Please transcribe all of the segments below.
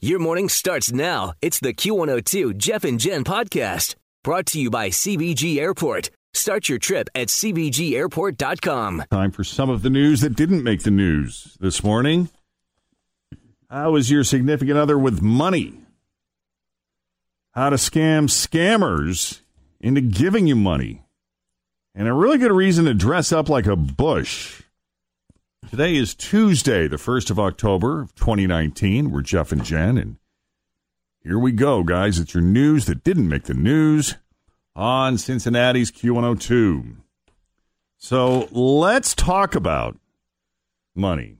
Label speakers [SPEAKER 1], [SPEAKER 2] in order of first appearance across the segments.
[SPEAKER 1] Your morning starts now. It's the Q102 Jeff and Jen podcast brought to you by CBG Airport. Start your trip at CBGAirport.com.
[SPEAKER 2] Time for some of the news that didn't make the news this morning. How is your significant other with money? How to scam scammers into giving you money. And a really good reason to dress up like a bush. Today is Tuesday, the 1st of October of 2019. We're Jeff and Jen, and here we go, guys. It's your news that didn't make the news on Cincinnati's Q102. So let's talk about money.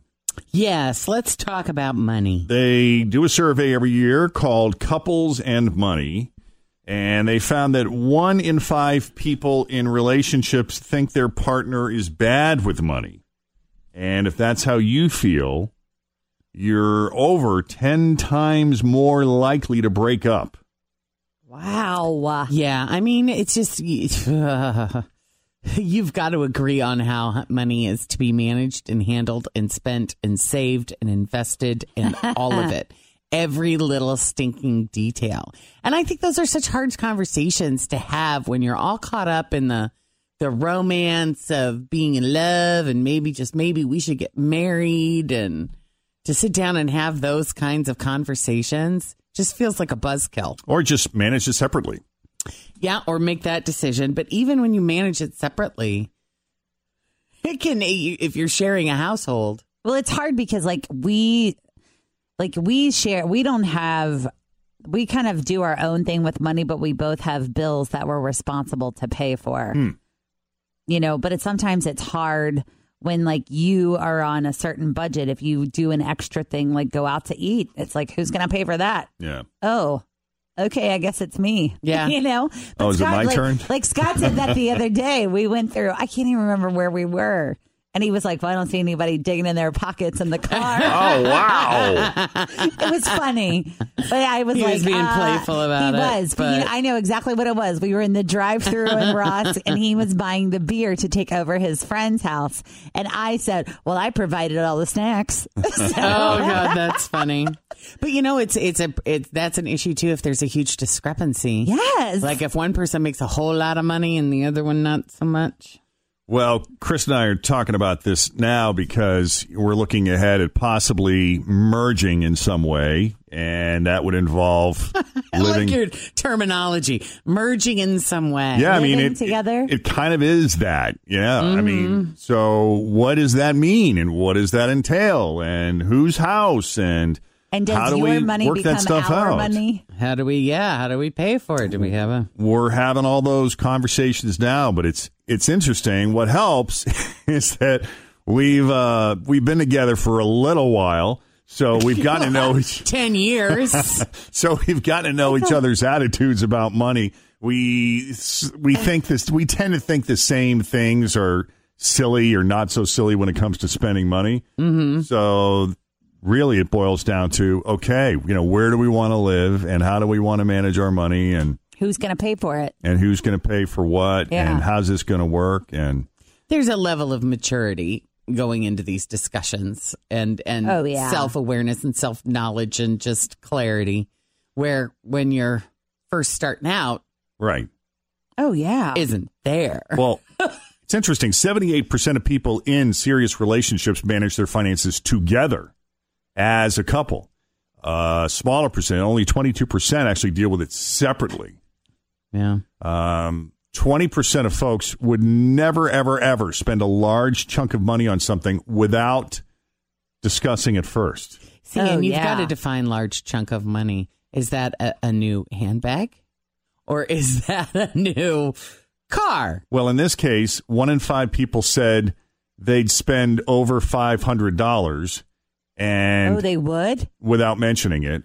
[SPEAKER 3] Yes, let's talk about money.
[SPEAKER 2] They do a survey every year called Couples and Money, and they found that one in five people in relationships think their partner is bad with money. And if that's how you feel, you're over 10 times more likely to break up.
[SPEAKER 4] Wow.
[SPEAKER 3] Yeah, I mean, it's just you've got to agree on how money is to be managed and handled and spent and saved and invested and all of it. Every little stinking detail. And I think those are such hard conversations to have when you're all caught up in the the romance of being in love and maybe just maybe we should get married and to sit down and have those kinds of conversations just feels like a buzzkill.
[SPEAKER 2] Or just manage it separately.
[SPEAKER 3] Yeah, or make that decision. But even when you manage it separately, it can if you're sharing a household.
[SPEAKER 4] Well, it's hard because like we like we share we don't have we kind of do our own thing with money, but we both have bills that we're responsible to pay for. You know, but it's sometimes it's hard when like you are on a certain budget if you do an extra thing like go out to eat. It's like who's going to pay for that?
[SPEAKER 2] Yeah.
[SPEAKER 4] oh, okay, I guess it's me.
[SPEAKER 3] Yeah.
[SPEAKER 4] you know?
[SPEAKER 2] Oh, is it my
[SPEAKER 4] like,
[SPEAKER 2] turn?
[SPEAKER 4] Like Scott said that the other day. We went through, I can't even remember where we were. And he was like, well, I don't see anybody digging in their pockets in the car.
[SPEAKER 2] Oh, wow.
[SPEAKER 4] it was funny. But I was
[SPEAKER 3] He
[SPEAKER 4] like,
[SPEAKER 3] was being
[SPEAKER 4] uh,
[SPEAKER 3] playful about
[SPEAKER 4] he
[SPEAKER 3] it,
[SPEAKER 4] was. But, you
[SPEAKER 3] but-
[SPEAKER 4] know, I know exactly what it was. We were in the drive through in Ross and he was buying the beer to take over his friend's house. And I said, well, I provided all the snacks.
[SPEAKER 3] Oh god, that's funny. But you know, it's it's a it's that's an issue too if there's a huge discrepancy.
[SPEAKER 4] yes.
[SPEAKER 3] Like if one person makes a whole lot of money and the other one not so much.
[SPEAKER 2] Well, Chris and I are talking about this now because we're looking ahead at possibly merging in some way, and that would involve living.
[SPEAKER 3] I like your terminology. Merging in some way.
[SPEAKER 2] yeah, I mean,
[SPEAKER 4] Living
[SPEAKER 2] it,
[SPEAKER 4] together. Mm-hmm.
[SPEAKER 2] It, it kind of is that. Yeah, I mean, so what does that mean, and what does that entail, and whose house, and
[SPEAKER 4] and does
[SPEAKER 2] how do
[SPEAKER 4] your
[SPEAKER 2] we
[SPEAKER 4] money
[SPEAKER 2] work
[SPEAKER 4] become
[SPEAKER 2] that stuff
[SPEAKER 4] our
[SPEAKER 2] out?
[SPEAKER 4] money?
[SPEAKER 3] How do we yeah, how do we pay for it? Do we have a
[SPEAKER 2] We're having all those conversations now, but it's it's interesting. What helps is that we've uh, we've been together for a little while. So we've gotten to know each
[SPEAKER 3] ten years?
[SPEAKER 2] So we've got to know each other's attitudes about money. We we think this. We tend to think the same things are silly or not so silly when it comes to spending money. Mm-hmm. So really it boils down to okay, you know, where do we want to live and how do we want to manage our money and
[SPEAKER 4] Who's going to pay for it?
[SPEAKER 2] and who's going to pay for what
[SPEAKER 4] Yeah.
[SPEAKER 2] and how's this going to work and
[SPEAKER 3] there's a level of maturity going into these discussions and and
[SPEAKER 4] Oh, yeah.
[SPEAKER 3] self-awareness and self-knowledge and just clarity where when you're first starting out
[SPEAKER 2] right.
[SPEAKER 4] Oh yeah.
[SPEAKER 3] isn't there
[SPEAKER 2] Well, it's interesting. 78% of people in serious relationships manage their finances together as a couple. uh, smaller percent, only 22% actually deal with it separately.
[SPEAKER 3] yeah
[SPEAKER 4] Oh,
[SPEAKER 2] Um, 20% of folks would never, ever, ever spend a large chunk of money on something without discussing it first.
[SPEAKER 3] see
[SPEAKER 4] Oh,
[SPEAKER 3] and you've
[SPEAKER 4] yeah.
[SPEAKER 3] got to define large chunk of money is that a, a new handbag or is that a new car
[SPEAKER 2] Well, in this case, one in five people said they'd spend over $500 and
[SPEAKER 4] oh, they would.
[SPEAKER 2] without mentioning it.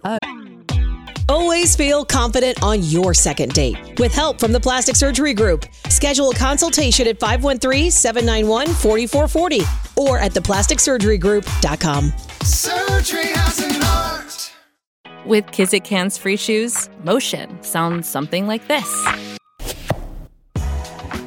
[SPEAKER 5] Always feel confident on your second date. With help from the Plastic Surgery Group, schedule a consultation at 513 791 4440 or at theplasticsurgerygroup.com.
[SPEAKER 6] Surgery has an art.
[SPEAKER 7] With Kizikans free shoes, motion sounds something like this.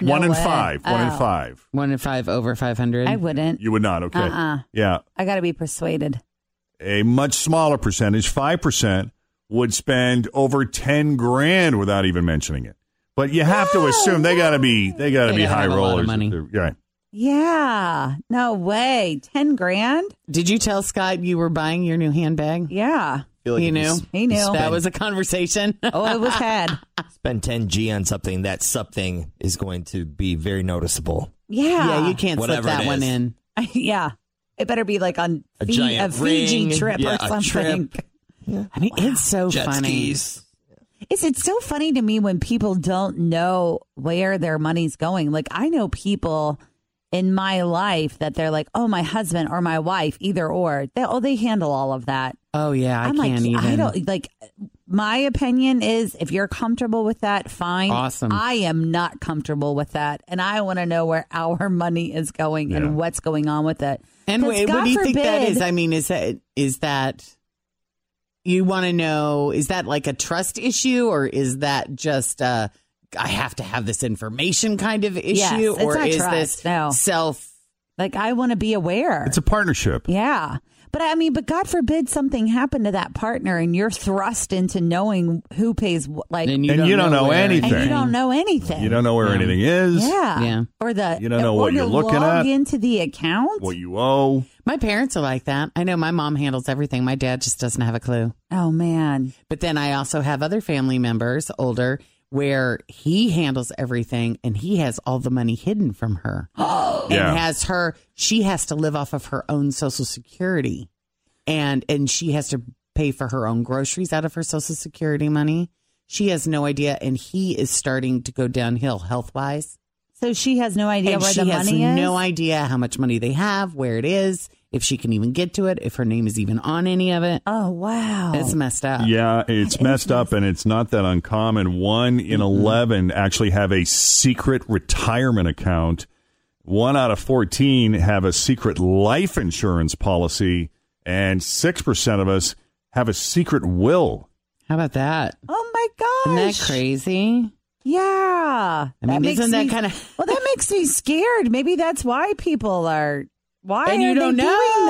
[SPEAKER 4] No
[SPEAKER 2] one in
[SPEAKER 4] way.
[SPEAKER 2] five. One in
[SPEAKER 4] Oh.
[SPEAKER 2] five.
[SPEAKER 3] one in five over 500
[SPEAKER 4] I wouldn't.
[SPEAKER 2] You would not. Okay.
[SPEAKER 4] Uh-uh.
[SPEAKER 2] Yeah.
[SPEAKER 4] I got to be persuaded.
[SPEAKER 2] A much smaller percentage, 5%, would spend over 10 grand without even mentioning it. But you have to assume they got to be they got to
[SPEAKER 3] They
[SPEAKER 2] be
[SPEAKER 3] gotta
[SPEAKER 2] high
[SPEAKER 3] have a lot of
[SPEAKER 2] rollers.
[SPEAKER 3] money.
[SPEAKER 2] They're- Right.
[SPEAKER 4] Yeah. No way. Ten grand.
[SPEAKER 3] did you tell scott you were buying your new handbag
[SPEAKER 4] Yeah.
[SPEAKER 3] he knew
[SPEAKER 4] He knew.
[SPEAKER 3] that was a conversation
[SPEAKER 4] Oh, it was had.
[SPEAKER 8] spend 10G on something, that something is going to be very noticeable.
[SPEAKER 4] Yeah.
[SPEAKER 3] yeah you can't slip
[SPEAKER 8] Whatever
[SPEAKER 3] that
[SPEAKER 8] it
[SPEAKER 3] one
[SPEAKER 8] is.
[SPEAKER 3] in
[SPEAKER 4] yeah. It better be like on
[SPEAKER 8] A
[SPEAKER 4] Fi-
[SPEAKER 8] giant
[SPEAKER 4] Fiji
[SPEAKER 8] ring.
[SPEAKER 4] trip
[SPEAKER 8] Yeah,
[SPEAKER 4] or
[SPEAKER 8] a
[SPEAKER 4] something.
[SPEAKER 8] trip.
[SPEAKER 3] i mean it's so
[SPEAKER 8] Jet
[SPEAKER 3] funny
[SPEAKER 8] skis.
[SPEAKER 4] Is it so funny to me when people don't know where their money's going? Like I know people in my life that they're like, "Oh, my husband or my wife, either or." They, oh, they handle all of that.
[SPEAKER 3] Oh yeah, I
[SPEAKER 4] am
[SPEAKER 3] can't
[SPEAKER 4] like,
[SPEAKER 3] even.
[SPEAKER 4] I don't like. My opinion is, if you're comfortable with that, fine.
[SPEAKER 3] Awesome.
[SPEAKER 4] I am not comfortable with that, and I want to know where our money is going
[SPEAKER 2] Yeah.
[SPEAKER 4] and what's going on with it.
[SPEAKER 3] and
[SPEAKER 4] 'Cause
[SPEAKER 3] wait,
[SPEAKER 4] God
[SPEAKER 3] what do you think that
[SPEAKER 4] forbid-
[SPEAKER 3] is? I mean, is that is that you want to know? Is that like a trust issue, or is that just uh, I have to have this information kind of issue,
[SPEAKER 4] Yes, it's
[SPEAKER 3] or
[SPEAKER 4] not
[SPEAKER 3] is
[SPEAKER 4] trust,
[SPEAKER 3] this
[SPEAKER 4] no.
[SPEAKER 3] self?
[SPEAKER 4] Like I want to be aware.
[SPEAKER 2] It's a partnership.
[SPEAKER 4] Yeah. But I mean, but God forbid something happened to that partner and you're thrust into knowing who pays wh- like
[SPEAKER 2] you And don't you don't know know where
[SPEAKER 4] and
[SPEAKER 2] anything.
[SPEAKER 4] you don't know anything.
[SPEAKER 2] You don't know where
[SPEAKER 3] Yeah.
[SPEAKER 2] anything is.
[SPEAKER 4] Yeah.
[SPEAKER 3] Yeah.
[SPEAKER 4] Or the
[SPEAKER 2] You don't know
[SPEAKER 4] or
[SPEAKER 2] what
[SPEAKER 4] to
[SPEAKER 2] you're looking
[SPEAKER 4] log
[SPEAKER 2] at.
[SPEAKER 4] into the account.
[SPEAKER 2] What you owe.
[SPEAKER 3] My parents are like that. I know my mom handles everything. My dad just doesn't have a clue.
[SPEAKER 4] oh man.
[SPEAKER 3] But then I also have other family members, older, where he handles everything and he has all the money hidden from her. and
[SPEAKER 2] Yeah.
[SPEAKER 3] has her she has to live off of her own social security. And and she has to pay for her own groceries out of her social security money. She has no idea and he is starting to go downhill health wise.
[SPEAKER 4] So she has no idea
[SPEAKER 3] and
[SPEAKER 4] where
[SPEAKER 3] she
[SPEAKER 4] the
[SPEAKER 3] has
[SPEAKER 4] money is.
[SPEAKER 3] no idea how much money they have, where it is, if she can even get to it, if her name is even on any of it.
[SPEAKER 4] Oh wow.
[SPEAKER 3] It's messed up.
[SPEAKER 2] Yeah, it's Mm-hmm.
[SPEAKER 4] is
[SPEAKER 2] messed up and it's not that uncommon. One in 11 actually have a secret retirement account. One out of 14 have a secret life insurance policy. And 6% of us have a secret will.
[SPEAKER 3] How about that?
[SPEAKER 4] oh my gosh.
[SPEAKER 3] Isn't that crazy?
[SPEAKER 4] Yeah.
[SPEAKER 3] I mean,
[SPEAKER 4] makes
[SPEAKER 3] isn't that
[SPEAKER 4] me-
[SPEAKER 3] kinda-
[SPEAKER 4] Well, that makes me scared. Maybe that's why people are why
[SPEAKER 3] and
[SPEAKER 4] are
[SPEAKER 3] you don't
[SPEAKER 4] they doing
[SPEAKER 3] know.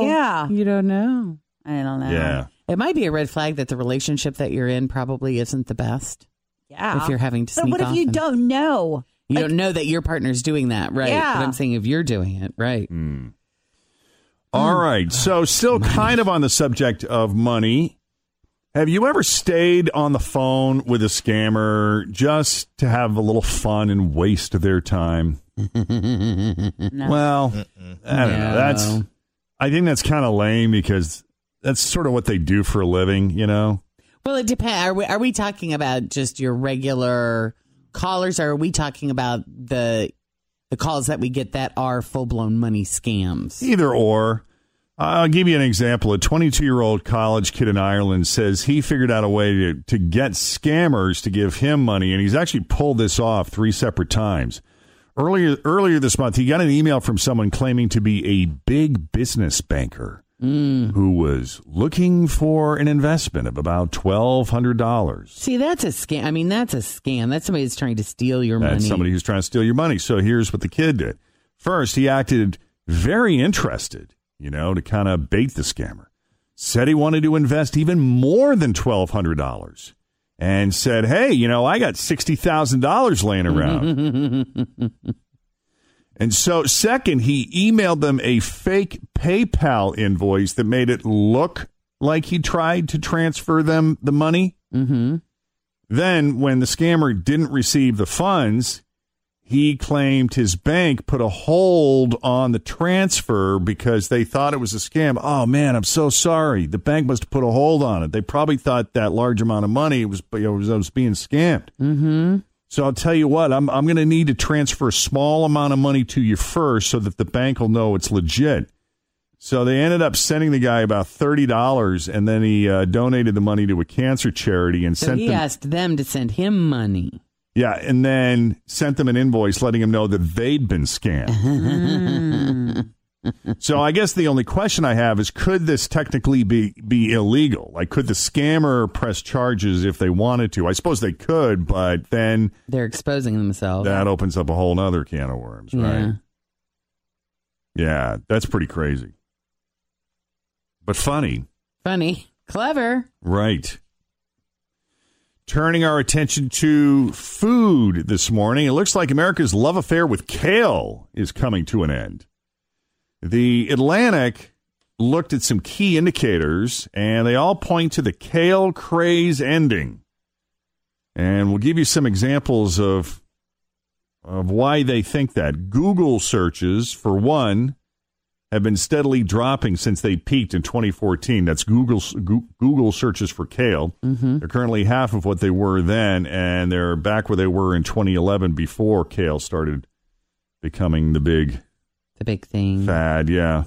[SPEAKER 4] that? Yeah.
[SPEAKER 3] You don't know.
[SPEAKER 4] I don't know.
[SPEAKER 2] Yeah.
[SPEAKER 3] It might be a red flag that the relationship that you're in probably isn't the best.
[SPEAKER 4] Yeah.
[SPEAKER 3] If you're having to
[SPEAKER 4] So
[SPEAKER 3] sneak
[SPEAKER 4] what if
[SPEAKER 3] off
[SPEAKER 4] you
[SPEAKER 3] and-
[SPEAKER 4] don't know?
[SPEAKER 3] You don't know that your partner's doing that, right?
[SPEAKER 4] Yeah.
[SPEAKER 3] But I'm saying if you're doing it, right?
[SPEAKER 2] Mm. All right. So, still kind of on the subject of money. Have you ever stayed on the phone with a scammer just to have a little fun and waste their time? Well, I don't know.
[SPEAKER 3] No.
[SPEAKER 2] That's I think that's kind of lame because that's sort of what they do for a living, you know.
[SPEAKER 3] Well, it depends. Are we, are we talking about just your regular callers, or are we talking about the the calls that we get that are full blown money scams?
[SPEAKER 2] Either or. I'll give you an example. A 22 year old college kid in Ireland says he figured out a way to, to get scammers to give him money, and he's actually pulled this off three separate times. Earlier, earlier this month, he got an email from someone claiming to be a big business banker who was looking for an investment of about $1,200.
[SPEAKER 3] See, that's a scam. I mean, that's a scam. That's somebody that's trying to steal your
[SPEAKER 2] That's
[SPEAKER 3] money.
[SPEAKER 2] somebody who's trying to steal your money. So here's what the kid did. First, he acted very interested, you know, to kind of bait the scammer. Said he wanted to invest even more than twelve hundred dollars, and said, "Hey, you know, I got sixty thousand dollars laying around."
[SPEAKER 3] Mm-hmm.
[SPEAKER 2] and so, second, he emailed them a fake PayPal invoice that made it look like he tried to transfer them the money.
[SPEAKER 3] mm-hmm.
[SPEAKER 2] Then, when the scammer didn't receive the funds, he claimed his bank put a hold on the transfer because they thought it was a scam. Oh man, I'm so sorry. The bank must have put a hold on it. They probably thought that large amount of money was you know, was, was being scammed.
[SPEAKER 3] Mm-hmm.
[SPEAKER 2] So I'll tell you what, I'm I'm going to need to transfer a small amount of money to you first so that the bank will know it's legit. So they ended up sending the guy about thirty dollars, and then he uh, donated the money to a cancer charity and
[SPEAKER 3] So
[SPEAKER 2] sent
[SPEAKER 3] he
[SPEAKER 2] them.
[SPEAKER 3] asked them to send him money.
[SPEAKER 2] Yeah, and then sent them an invoice letting them know that they'd been scammed. so I guess the only question I have is could this technically be be illegal? Like could the scammer press charges if they wanted to? I suppose they could, but then
[SPEAKER 3] They're exposing themselves.
[SPEAKER 2] that opens up a whole nother can of worms, right? Yeah, that's pretty crazy. But funny.
[SPEAKER 3] Funny. Clever.
[SPEAKER 2] Right. Turning our attention to food this morning, it looks like America's love affair with kale is coming to an end. The Atlantic looked at some key indicators, and they all point to the kale craze ending. And we'll give you some examples of of why they think that. Google searches, for one, have been steadily dropping since they peaked in 2014. That's Google Goo- Google searches for kale. They're currently half of what they were then, and they're back where they were in 2011 before kale started becoming the big
[SPEAKER 3] The big thing.
[SPEAKER 2] fad. Yeah.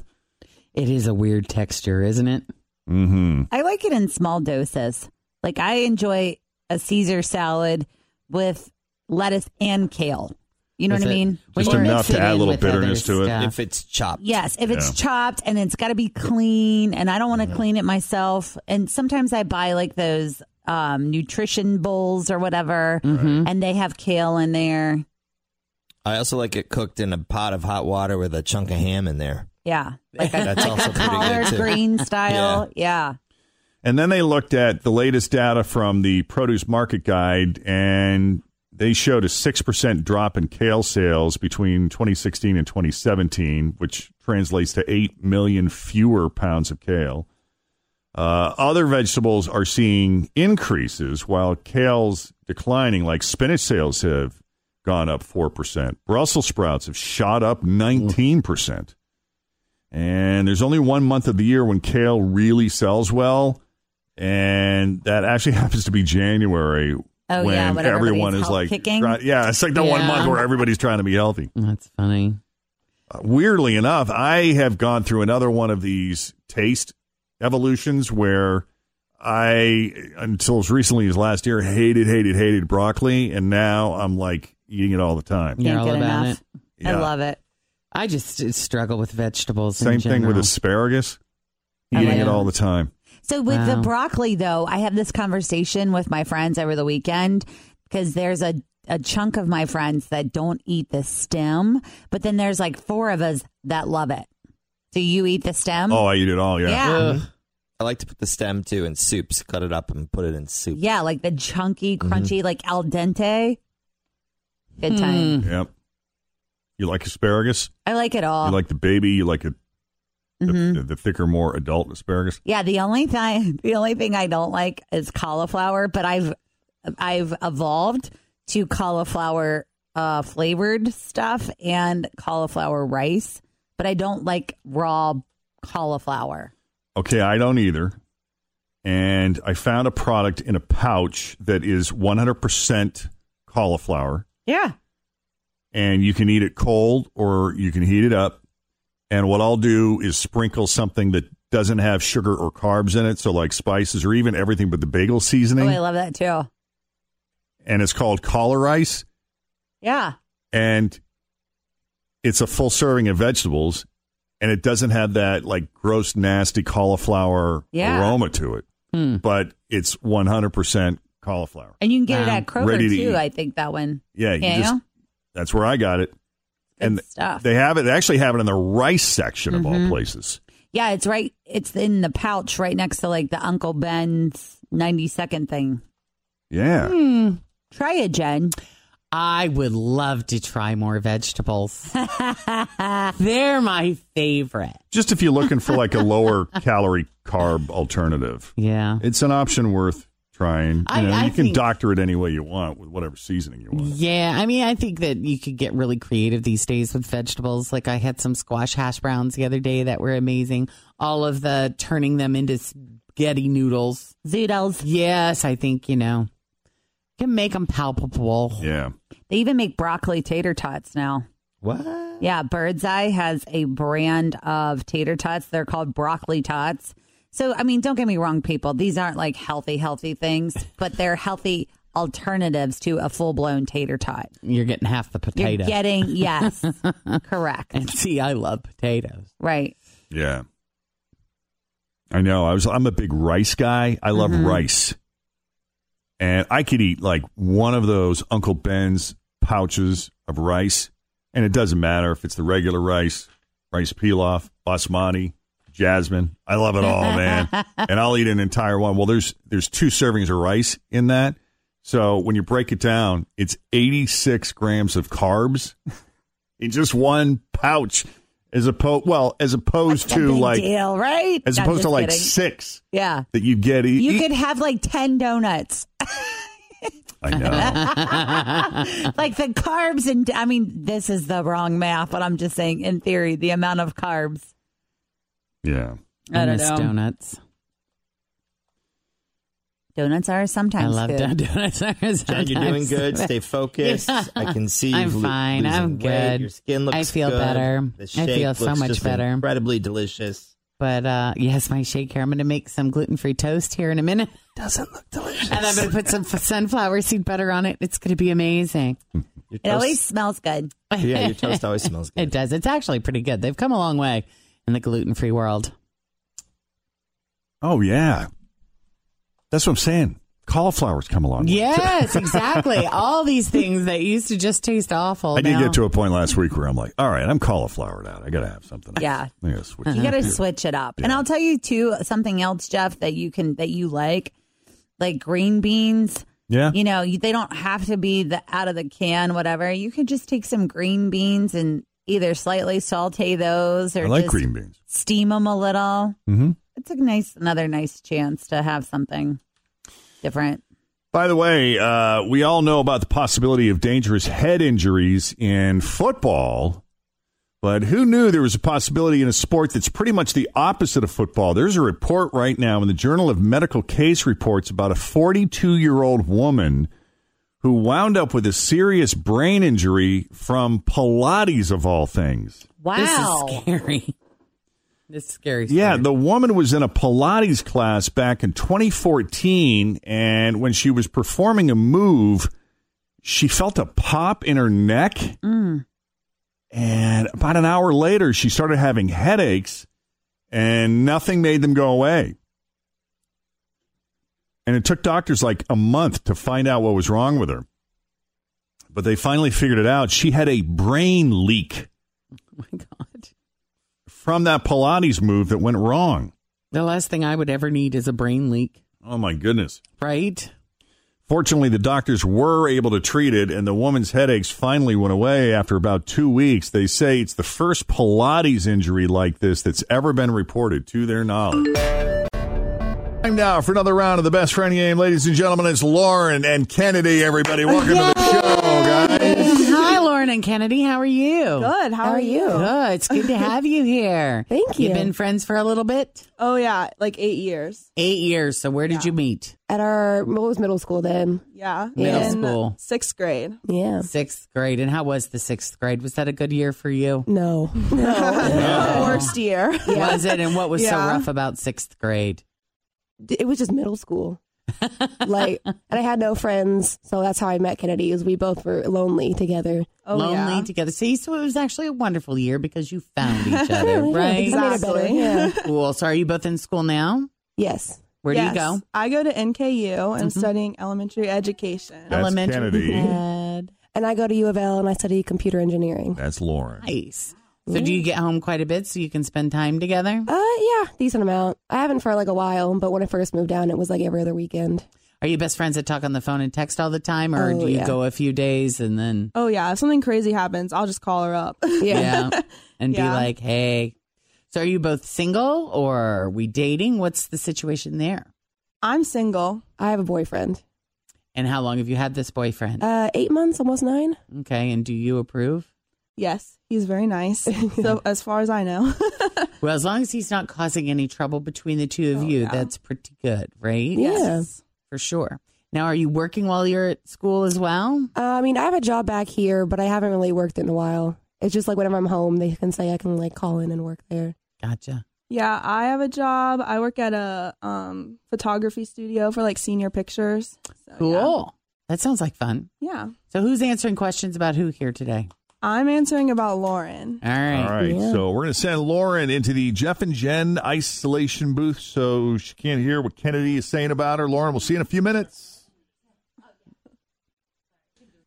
[SPEAKER 3] It is a weird texture, isn't it?
[SPEAKER 2] Mm-hmm.
[SPEAKER 4] I like it in small doses. Like I enjoy a Caesar salad with lettuce and kale. You know
[SPEAKER 3] That's
[SPEAKER 4] what I
[SPEAKER 3] it.
[SPEAKER 4] mean?
[SPEAKER 3] When
[SPEAKER 2] Just
[SPEAKER 3] you
[SPEAKER 2] enough
[SPEAKER 3] mix
[SPEAKER 2] to
[SPEAKER 3] it
[SPEAKER 2] add a
[SPEAKER 3] in
[SPEAKER 2] little
[SPEAKER 3] with other
[SPEAKER 2] bitterness to it.
[SPEAKER 3] stuff.
[SPEAKER 8] if it's chopped.
[SPEAKER 4] Yes, if it's
[SPEAKER 2] Yeah.
[SPEAKER 4] chopped and it's got to be clean, and I don't want to clean it myself. And sometimes I buy like those um, nutrition bowls or whatever,
[SPEAKER 2] Mm-hmm.
[SPEAKER 4] and they have kale in there.
[SPEAKER 8] I also like it cooked in a pot of hot water with a chunk of ham in there.
[SPEAKER 4] Yeah, like a,
[SPEAKER 8] That's
[SPEAKER 4] like
[SPEAKER 8] also
[SPEAKER 4] a
[SPEAKER 8] pretty good,
[SPEAKER 4] collard
[SPEAKER 8] too.
[SPEAKER 4] green style. Yeah.
[SPEAKER 2] And then they looked at the latest data from the produce market guide, and they showed a 6% drop in kale sales between 2016 and 2017, which translates to 8 million fewer pounds of kale. Uh, other vegetables are seeing increases while kale's declining, like spinach sales have gone up 4%. Brussels sprouts have shot up 19%. And there's only one month of the year when kale really sells well. And that actually happens to be January
[SPEAKER 4] Oh, yeah,
[SPEAKER 2] when
[SPEAKER 4] when everybody's
[SPEAKER 2] everyone is
[SPEAKER 4] health
[SPEAKER 2] like,
[SPEAKER 4] kicking.
[SPEAKER 2] try- yeah, it's like the one
[SPEAKER 3] Yeah.
[SPEAKER 2] month where everybody's trying to be healthy.
[SPEAKER 3] That's funny.
[SPEAKER 2] Uh, weirdly enough, I have gone through another one of these taste evolutions where I, until as recently as last year, hated, hated, hated broccoli, and now I'm like eating it all the time.
[SPEAKER 3] You're
[SPEAKER 4] Can't
[SPEAKER 3] all
[SPEAKER 4] get
[SPEAKER 3] about
[SPEAKER 4] enough.
[SPEAKER 3] it.
[SPEAKER 2] Yeah.
[SPEAKER 4] I love it.
[SPEAKER 3] I just uh, struggle with vegetables. in
[SPEAKER 2] Same thing with
[SPEAKER 3] general.
[SPEAKER 2] asparagus,
[SPEAKER 4] I
[SPEAKER 2] eating
[SPEAKER 4] like
[SPEAKER 2] it
[SPEAKER 4] it.
[SPEAKER 2] all the time.
[SPEAKER 4] So with
[SPEAKER 3] Wow.
[SPEAKER 4] the broccoli, though, I have this conversation with my friends over the weekend because there's a a chunk of my friends that don't eat the stem, but then there's like four of us that love it. Do you eat the stem?
[SPEAKER 2] Oh, I eat it all. Yeah.
[SPEAKER 4] yeah.
[SPEAKER 8] I like to put the stem too in soups, cut it up and put it in soup.
[SPEAKER 4] Yeah, like the chunky, crunchy, like al dente. Good time.
[SPEAKER 3] Mm.
[SPEAKER 2] Yep. You like asparagus?
[SPEAKER 4] I like it all.
[SPEAKER 2] You like the baby? You like it, the,
[SPEAKER 4] Mhm.
[SPEAKER 2] the, the thicker, more adult asparagus?
[SPEAKER 4] Yeah, the only thing the only thing I don't like is cauliflower, but I've I've evolved to cauliflower uh, flavored stuff and cauliflower rice, but I don't like raw cauliflower.
[SPEAKER 2] Okay, I don't either. and I found a product in a pouch that is 100% cauliflower.
[SPEAKER 4] Yeah.
[SPEAKER 2] And you can eat it cold or you can heat it up. And what I'll do is sprinkle something that doesn't have sugar or carbs in it. So, like spices or even everything but the bagel
[SPEAKER 4] Oh,
[SPEAKER 2] seasoning.
[SPEAKER 4] I love that too.
[SPEAKER 2] and it's called collar rice.
[SPEAKER 4] Yeah.
[SPEAKER 2] and it's a full serving of vegetables and it doesn't have that like gross nasty cauliflower
[SPEAKER 4] Yeah.
[SPEAKER 2] aroma to it but it's 100% cauliflower
[SPEAKER 4] And you can get it
[SPEAKER 2] Wow.
[SPEAKER 4] at Kroger
[SPEAKER 2] Ready to
[SPEAKER 4] too.
[SPEAKER 2] eat.
[SPEAKER 4] I think that one.
[SPEAKER 2] yeah you
[SPEAKER 4] Yeah.
[SPEAKER 2] just that's where i got it and
[SPEAKER 4] stuff.
[SPEAKER 2] they have it they actually have it in the rice section of all
[SPEAKER 4] Mhm.
[SPEAKER 2] places
[SPEAKER 4] Yeah, it's right. It's in the pouch right next to like the Uncle Ben's 90 second thing.
[SPEAKER 2] yeah
[SPEAKER 4] Try it, Jen.
[SPEAKER 3] I would love to try more vegetables. They're my favorite.
[SPEAKER 2] just if you're looking for like a lower calorie carb alternative
[SPEAKER 3] Yeah.
[SPEAKER 2] it's an option worth trying you,
[SPEAKER 3] I-
[SPEAKER 2] know,
[SPEAKER 3] I
[SPEAKER 2] you can
[SPEAKER 3] think-
[SPEAKER 2] doctor it any way you want with whatever seasoning you want
[SPEAKER 3] Yeah, I mean, I think that you could get really creative these days with vegetables. Like I had some squash hash browns the other day that were amazing. All of the turning them into spaghetti noodles.
[SPEAKER 4] Zoodles.
[SPEAKER 3] Yes, I think you know can make them palpable.
[SPEAKER 2] yeah
[SPEAKER 4] They even make broccoli tater tots now.
[SPEAKER 8] What?
[SPEAKER 4] Yeah, Bird's Eye has a brand of tater tots. They're called broccoli tots. So, I mean, don't get me wrong, people. These aren't like healthy, healthy things, but they're healthy alternatives to a full blown tater tot.
[SPEAKER 3] You're getting half the
[SPEAKER 4] You're
[SPEAKER 3] potato.
[SPEAKER 4] getting, yes, correct.
[SPEAKER 3] and see, I love potatoes.
[SPEAKER 4] Right.
[SPEAKER 2] Yeah. I know. I was I'm a big rice guy. I love
[SPEAKER 4] Mm-hmm.
[SPEAKER 2] rice. And I could eat like one of those Uncle Ben's pouches of rice. And it doesn't matter if it's the regular rice, rice pilaf, basmati, jasmine. I love it all, man. and I'll eat an entire one. Well, there's there's two servings of rice in that. So when you break it down, it's 86 grams of carbs in just one pouch, as opposed well, as opposed
[SPEAKER 4] A
[SPEAKER 2] to
[SPEAKER 4] big
[SPEAKER 2] like
[SPEAKER 4] deal, right?
[SPEAKER 2] as
[SPEAKER 4] No,
[SPEAKER 2] opposed to
[SPEAKER 4] just
[SPEAKER 2] like
[SPEAKER 4] kidding.
[SPEAKER 2] six
[SPEAKER 4] yeah.
[SPEAKER 2] that you get. E-
[SPEAKER 4] You
[SPEAKER 2] e-
[SPEAKER 4] could have like 10 donuts.
[SPEAKER 2] I know.
[SPEAKER 4] like the carbs, and I mean, this is the wrong math, but I'm just saying, in theory, the amount of carbs.
[SPEAKER 2] yeah.
[SPEAKER 4] I don't
[SPEAKER 3] miss
[SPEAKER 4] know.
[SPEAKER 3] donuts.
[SPEAKER 4] Donuts are sometimes
[SPEAKER 3] I love
[SPEAKER 4] food.
[SPEAKER 3] don- donuts.
[SPEAKER 8] John, you're doing good. Stay focused. I can see you.
[SPEAKER 3] I'm fine. I'm good.
[SPEAKER 8] Your skin looks
[SPEAKER 3] I feel
[SPEAKER 8] good.
[SPEAKER 3] better.
[SPEAKER 8] The
[SPEAKER 3] I
[SPEAKER 8] shake
[SPEAKER 3] feel so
[SPEAKER 8] looks
[SPEAKER 3] much
[SPEAKER 8] just
[SPEAKER 3] better.
[SPEAKER 8] Incredibly delicious.
[SPEAKER 3] But uh, yes, my shake here. I'm going to make some gluten free toast here in a minute.
[SPEAKER 8] Doesn't look delicious.
[SPEAKER 3] And I'm going to put some f- sunflower seed butter on it. It's going to be amazing.
[SPEAKER 8] Your
[SPEAKER 4] It
[SPEAKER 8] toast-
[SPEAKER 4] always smells good.
[SPEAKER 8] yeah, your toast always smells good.
[SPEAKER 3] It does. It's actually pretty good. They've come a long way in the gluten free world.
[SPEAKER 2] Oh yeah. That's what I'm saying. Cauliflower's come along.
[SPEAKER 3] Yes, exactly. All these things that used to just taste awful.
[SPEAKER 2] I did
[SPEAKER 3] now-
[SPEAKER 2] get to a point last week where I'm like, all right, I'm cauliflowered out. I gotta have something.
[SPEAKER 4] Yeah.
[SPEAKER 2] I gotta switch.
[SPEAKER 4] You
[SPEAKER 2] it
[SPEAKER 4] got to
[SPEAKER 2] up.
[SPEAKER 4] switch it up. And I'll tell you too something else, Jeff, that you can that you like, like green beans.
[SPEAKER 2] Yeah.
[SPEAKER 4] You know, you, they don't have to be the out of the can, whatever. You can just take some green beans and either slightly saute those or
[SPEAKER 2] I like
[SPEAKER 4] just
[SPEAKER 2] green beans.
[SPEAKER 4] steam them a little.
[SPEAKER 2] Mm-hmm.
[SPEAKER 4] It's a nice, another nice chance to have something different.
[SPEAKER 2] By the way, uh, we all know about the possibility of dangerous head injuries in football, but who knew there was a possibility in a sport that's pretty much the opposite of football? There's a report right now in the Journal of Medical Case Reports about a 42 year old woman who wound up with a serious brain injury from Pilates, of all things.
[SPEAKER 4] Wow.
[SPEAKER 3] This is scary. This is scary.
[SPEAKER 2] Yeah,
[SPEAKER 3] story.
[SPEAKER 2] the woman was in a Pilates class back in 2014, and when she was performing a move, she felt a pop in her neck. And about an hour later, she started having headaches, and nothing made them go away. And it took doctors like a month to find out what was wrong with her. But they finally figured it out. She had a brain leak
[SPEAKER 3] oh my God.
[SPEAKER 2] from that Pilates move that went wrong.
[SPEAKER 3] The last thing I would ever need is a brain leak,
[SPEAKER 2] Oh, my goodness.
[SPEAKER 3] right?
[SPEAKER 2] Fortunately, the doctors were able to treat it, and the woman's headaches finally went away after about two weeks. They say it's the first Pilates injury like this that's ever been reported to their knowledge. Time now for another round of the best friend game, ladies and gentlemen. It's Lauren and Kennedy. Everybody, welcome to the show, guys.
[SPEAKER 3] Hi, Lauren Vernon Kennedy. How are you?
[SPEAKER 9] Good. How, are, you?
[SPEAKER 3] Good. It's good to have you here.
[SPEAKER 9] Thank
[SPEAKER 3] You've
[SPEAKER 9] you.
[SPEAKER 3] been friends for a little bit?
[SPEAKER 9] Oh yeah, like eight years.
[SPEAKER 3] Eight years. So where did you meet?
[SPEAKER 9] At our what was middle school then? Yeah,
[SPEAKER 3] Middle
[SPEAKER 9] in
[SPEAKER 3] school.
[SPEAKER 9] sixth grade. Yeah.
[SPEAKER 3] Sixth grade. And how was the sixth grade? Was that a good year for you?
[SPEAKER 4] Oh.
[SPEAKER 9] No. Worst year.
[SPEAKER 3] Was it? And what was so
[SPEAKER 9] Yeah.
[SPEAKER 3] rough about sixth grade?
[SPEAKER 9] It was just middle school. like, and I had no friends, so that's how I met Kennedy. Is we both were lonely together.
[SPEAKER 4] Oh,
[SPEAKER 3] Lonely together. See, so it was actually a wonderful year because you found each other,
[SPEAKER 9] Yeah,
[SPEAKER 3] right?
[SPEAKER 9] that made it better, Exactly. yeah.
[SPEAKER 3] Cool. So are you both in school now?
[SPEAKER 9] Yes.
[SPEAKER 3] Where do
[SPEAKER 9] Yes.
[SPEAKER 3] you go?
[SPEAKER 9] I go to NKU. I'm studying elementary education.
[SPEAKER 2] That's Elementary Kennedy. Mm-hmm.
[SPEAKER 9] And I go to U of L and I study computer engineering.
[SPEAKER 2] That's Lauren.
[SPEAKER 3] Nice. So do you get home quite a bit so you can spend time together?
[SPEAKER 9] Uh, yeah, decent amount. I haven't for like a while, but when I first moved down, it was like every other weekend.
[SPEAKER 3] Are you best friends that talk on the phone and text all the time, or
[SPEAKER 9] Oh,
[SPEAKER 3] do you
[SPEAKER 9] yeah.
[SPEAKER 3] go a few days and then
[SPEAKER 9] Oh yeah, if something crazy happens, I'll just call her up.
[SPEAKER 3] yeah, and be
[SPEAKER 9] Yeah.
[SPEAKER 3] like, hey? So are you both single or are we dating? What's the situation there?
[SPEAKER 9] I'm single. I have a boyfriend.
[SPEAKER 3] And how long have you had this boyfriend?
[SPEAKER 9] Uh, eight months, almost nine.
[SPEAKER 3] okay, and do you approve?
[SPEAKER 9] Yes, he's very nice. so as far as I know,
[SPEAKER 3] Well, as long as he's not causing any trouble between the two of you, that's pretty good, right?
[SPEAKER 9] Oh, Yes.
[SPEAKER 3] for sure. Now, are you working while you're at school as well?
[SPEAKER 9] uh, I mean, I have a job back here, but I haven't really worked in a while. It's just like whenever I'm home, they can say I can like call in and work there.
[SPEAKER 3] Gotcha.
[SPEAKER 9] Yeah, I have a job. I work at a um, photography studio for like senior pictures.
[SPEAKER 3] Cool. That sounds like fun.
[SPEAKER 9] Yeah.
[SPEAKER 3] So, who's answering questions about who here today?
[SPEAKER 9] I'm answering about Lauren.
[SPEAKER 3] All right.
[SPEAKER 2] All right. So we're going to send Lauren into the Jeff and Jen isolation booth so she can't hear what Kennedy is saying about her. Lauren, we'll see you in a few minutes.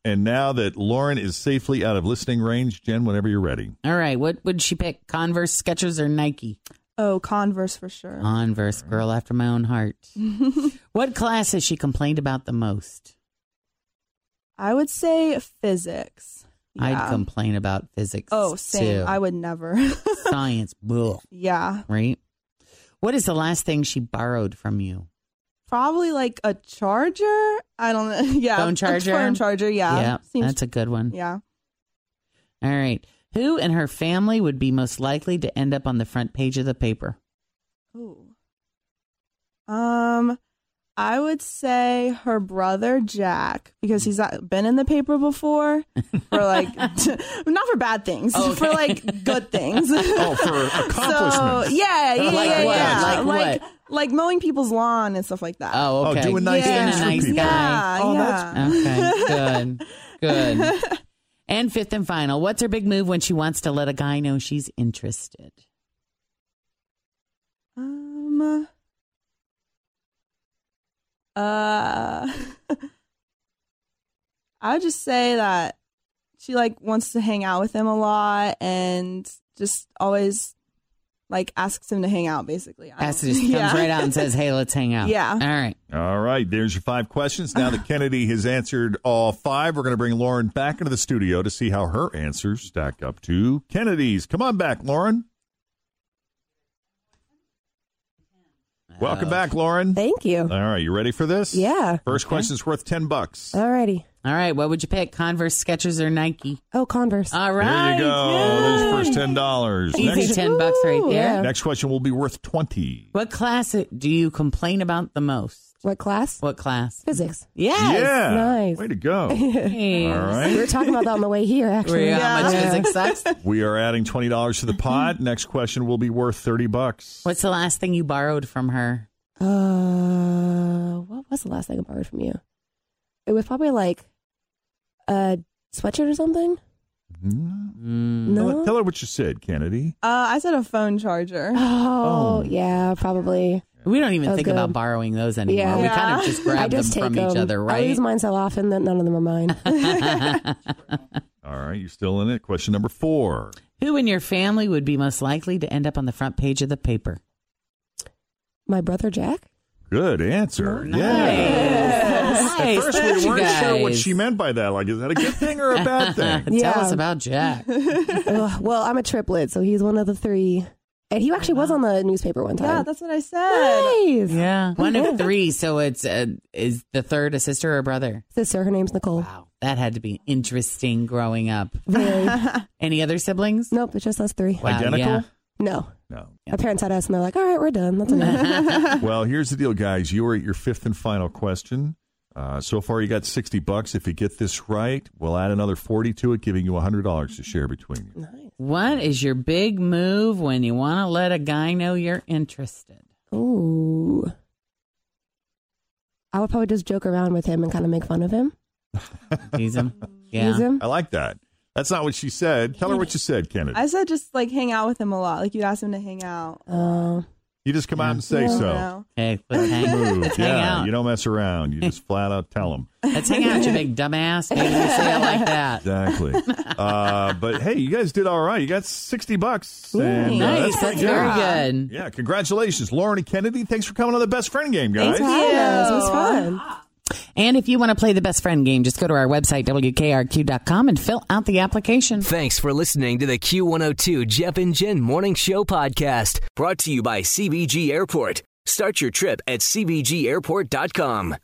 [SPEAKER 2] And now that Lauren is safely out of listening range, Jen, whenever you're ready.
[SPEAKER 3] All right. What would she pick? Converse, Skechers, or Nike?
[SPEAKER 9] Oh, Converse for sure.
[SPEAKER 3] Converse, girl after my own heart. what class has she complained about the most?
[SPEAKER 9] I would say physics.
[SPEAKER 3] I'd complain about physics.
[SPEAKER 9] Oh, same.
[SPEAKER 3] Too.
[SPEAKER 9] I would never.
[SPEAKER 3] Science. Blah.
[SPEAKER 9] yeah.
[SPEAKER 3] Right. What is the last thing she borrowed from you?
[SPEAKER 9] Probably like a charger. I don't know. Yeah.
[SPEAKER 3] Phone charger?
[SPEAKER 9] A phone charger. Yeah.
[SPEAKER 3] Yeah,
[SPEAKER 9] Seems-
[SPEAKER 3] that's a good one.
[SPEAKER 9] yeah.
[SPEAKER 3] All right. Who in her family would be most likely to end up on the front page of the paper?
[SPEAKER 9] Ooh. Um, I would say her brother Jack because he's uh, been in the paper before for like not for bad things,
[SPEAKER 3] Oh,
[SPEAKER 9] for like good things.
[SPEAKER 2] Oh, for
[SPEAKER 9] So
[SPEAKER 2] accomplishments.
[SPEAKER 9] yeah, yeah,
[SPEAKER 3] Like
[SPEAKER 9] yeah,
[SPEAKER 3] what?
[SPEAKER 9] yeah.
[SPEAKER 3] Like
[SPEAKER 9] like like mowing people's lawn and stuff like that.
[SPEAKER 3] Uh, Oh,
[SPEAKER 2] Oh,
[SPEAKER 3] okay.
[SPEAKER 2] doing nice
[SPEAKER 3] Being
[SPEAKER 9] Yeah.
[SPEAKER 2] things
[SPEAKER 3] a
[SPEAKER 2] for
[SPEAKER 3] nice
[SPEAKER 2] people.
[SPEAKER 9] yeah,
[SPEAKER 3] guy.
[SPEAKER 2] Oh,
[SPEAKER 9] yeah.
[SPEAKER 3] Okay, good, good. And fifth and final, what's her big move when she wants to let a guy know she's interested?
[SPEAKER 9] Um. Uh. I would just say that she like wants to hang out with him a lot and just always like asks him to hang out. Basically, I
[SPEAKER 3] Ashley
[SPEAKER 9] don't-
[SPEAKER 3] just comes right out and says, "Hey, let's hang out."
[SPEAKER 9] Yeah.
[SPEAKER 3] All right.
[SPEAKER 2] All right, there's your five questions. Now that Kennedy has answered all five, we're going to bring Lauren back into the studio to see how her answers stack up to Kennedy's. Come on back, Lauren. Welcome back, Lauren.
[SPEAKER 9] Thank
[SPEAKER 2] All
[SPEAKER 9] you.
[SPEAKER 2] right, you ready for this?
[SPEAKER 9] Yeah.
[SPEAKER 2] First question's worth 10 bucks.
[SPEAKER 9] Alrighty.
[SPEAKER 3] All right. What would you pick? Converse, Skechers, or Nike?
[SPEAKER 9] Oh, Converse.
[SPEAKER 3] All
[SPEAKER 2] There
[SPEAKER 3] right.
[SPEAKER 2] you go. There's your first $10.
[SPEAKER 3] Easy
[SPEAKER 2] Next,
[SPEAKER 3] ten bucks right
[SPEAKER 9] Ooh,
[SPEAKER 3] there.
[SPEAKER 9] yeah.
[SPEAKER 2] next question will be worth 20.
[SPEAKER 3] What class do you complain about the most?
[SPEAKER 9] What class?
[SPEAKER 3] What class?
[SPEAKER 9] Physics.
[SPEAKER 3] Yes.
[SPEAKER 2] Yeah.
[SPEAKER 9] Nice.
[SPEAKER 2] Way to go.
[SPEAKER 3] Yeah.
[SPEAKER 2] All right.
[SPEAKER 9] were talking about that on the way here,
[SPEAKER 3] Actually, how much physics sucks?
[SPEAKER 2] We are adding $20 to
[SPEAKER 3] Mm-hmm.
[SPEAKER 2] the pot. Next question will be worth 30 bucks.
[SPEAKER 3] What's the last thing you borrowed from her?
[SPEAKER 9] Uh, what was the last thing I borrowed from you? It was probably like a sweatshirt or something.
[SPEAKER 3] Mm-hmm.
[SPEAKER 2] Mm. Tell, tell her what you said, Kennedy.
[SPEAKER 3] Oh,
[SPEAKER 4] Uh,
[SPEAKER 9] I said a phone charger. Oh, yeah, probably.
[SPEAKER 3] We don't even
[SPEAKER 9] Oh,
[SPEAKER 3] think
[SPEAKER 9] good.
[SPEAKER 3] about borrowing those anymore.
[SPEAKER 9] Yeah.
[SPEAKER 3] We
[SPEAKER 9] Yeah.
[SPEAKER 3] kind of just grab them from each other, right?
[SPEAKER 9] mine so often that none of them are mine.
[SPEAKER 2] All right, you're still in it. Question number four.
[SPEAKER 3] Who in your family would be most likely to end up on the front page of the paper?
[SPEAKER 9] My brother Jack.
[SPEAKER 2] Good answer. Yeah.
[SPEAKER 3] Nice.
[SPEAKER 2] At first, we
[SPEAKER 3] You
[SPEAKER 2] weren't sure what
[SPEAKER 3] guys.
[SPEAKER 2] she meant by that. Like, is that a good thing or a bad thing?
[SPEAKER 3] Tell us about Jack.
[SPEAKER 9] well, I'm a triplet, so he's one of the three.
[SPEAKER 10] And he actually was on the newspaper one time.
[SPEAKER 4] Yeah, that's what I said.
[SPEAKER 10] Nice.
[SPEAKER 3] Yeah. One
[SPEAKER 10] Yeah.
[SPEAKER 3] of three. So it's uh, is the third a sister or a brother?
[SPEAKER 10] Sister, her name's Nicole.
[SPEAKER 3] That had to be interesting growing up.
[SPEAKER 10] Really?
[SPEAKER 3] Any other siblings?
[SPEAKER 10] Nope, it's just us three.
[SPEAKER 3] Wow, Identical? yeah.
[SPEAKER 10] No.
[SPEAKER 2] No.
[SPEAKER 10] My parents had us, and they're like, all right, we're done. That's enough.
[SPEAKER 2] well, here's the deal, guys. You are at your fifth and final question. Uh, so far, you got 60 bucks. If you get this right, we'll add another 40 to it, giving you $100 to share between you.
[SPEAKER 3] What is your big move when you want to let a guy know you're interested?
[SPEAKER 10] Ooh. I would probably just joke around with him and kind of make fun of him.
[SPEAKER 3] Tease him.
[SPEAKER 10] Yeah. Tease him?
[SPEAKER 2] I like that. That's not what she said. Tell her what you said, Kennedy.
[SPEAKER 4] I said just like hang out with him a lot. Like you'd ask him to hang out.
[SPEAKER 10] Oh.
[SPEAKER 2] You just come out and say
[SPEAKER 4] Yeah.
[SPEAKER 2] so.
[SPEAKER 4] No.
[SPEAKER 3] Hey, let's hang,
[SPEAKER 2] Move.
[SPEAKER 3] let's hang
[SPEAKER 2] yeah,
[SPEAKER 3] out.
[SPEAKER 2] you don't mess around. You just flat out tell them.
[SPEAKER 3] Let's hang out, you big dumbass. Maybe you say it like that.
[SPEAKER 2] Exactly. uh, but hey, you guys did all right. You got 60 bucks. and, uh,
[SPEAKER 3] nice.
[SPEAKER 2] that's pretty
[SPEAKER 3] That's very
[SPEAKER 2] good.
[SPEAKER 3] good.
[SPEAKER 2] Yeah, congratulations, Lauren and Kennedy. Thanks for coming on the Best Friend Game,
[SPEAKER 10] Thanks
[SPEAKER 2] guys.
[SPEAKER 10] for having us. It was fun.
[SPEAKER 3] And if you want to play the best friend game, just go to our website, wkrq.com, and fill out the application.
[SPEAKER 11] Thanks for listening to the Q102 Jeff and Jen Morning Show podcast, brought to you by CBG Airport. Start your trip at CBGAirport.com.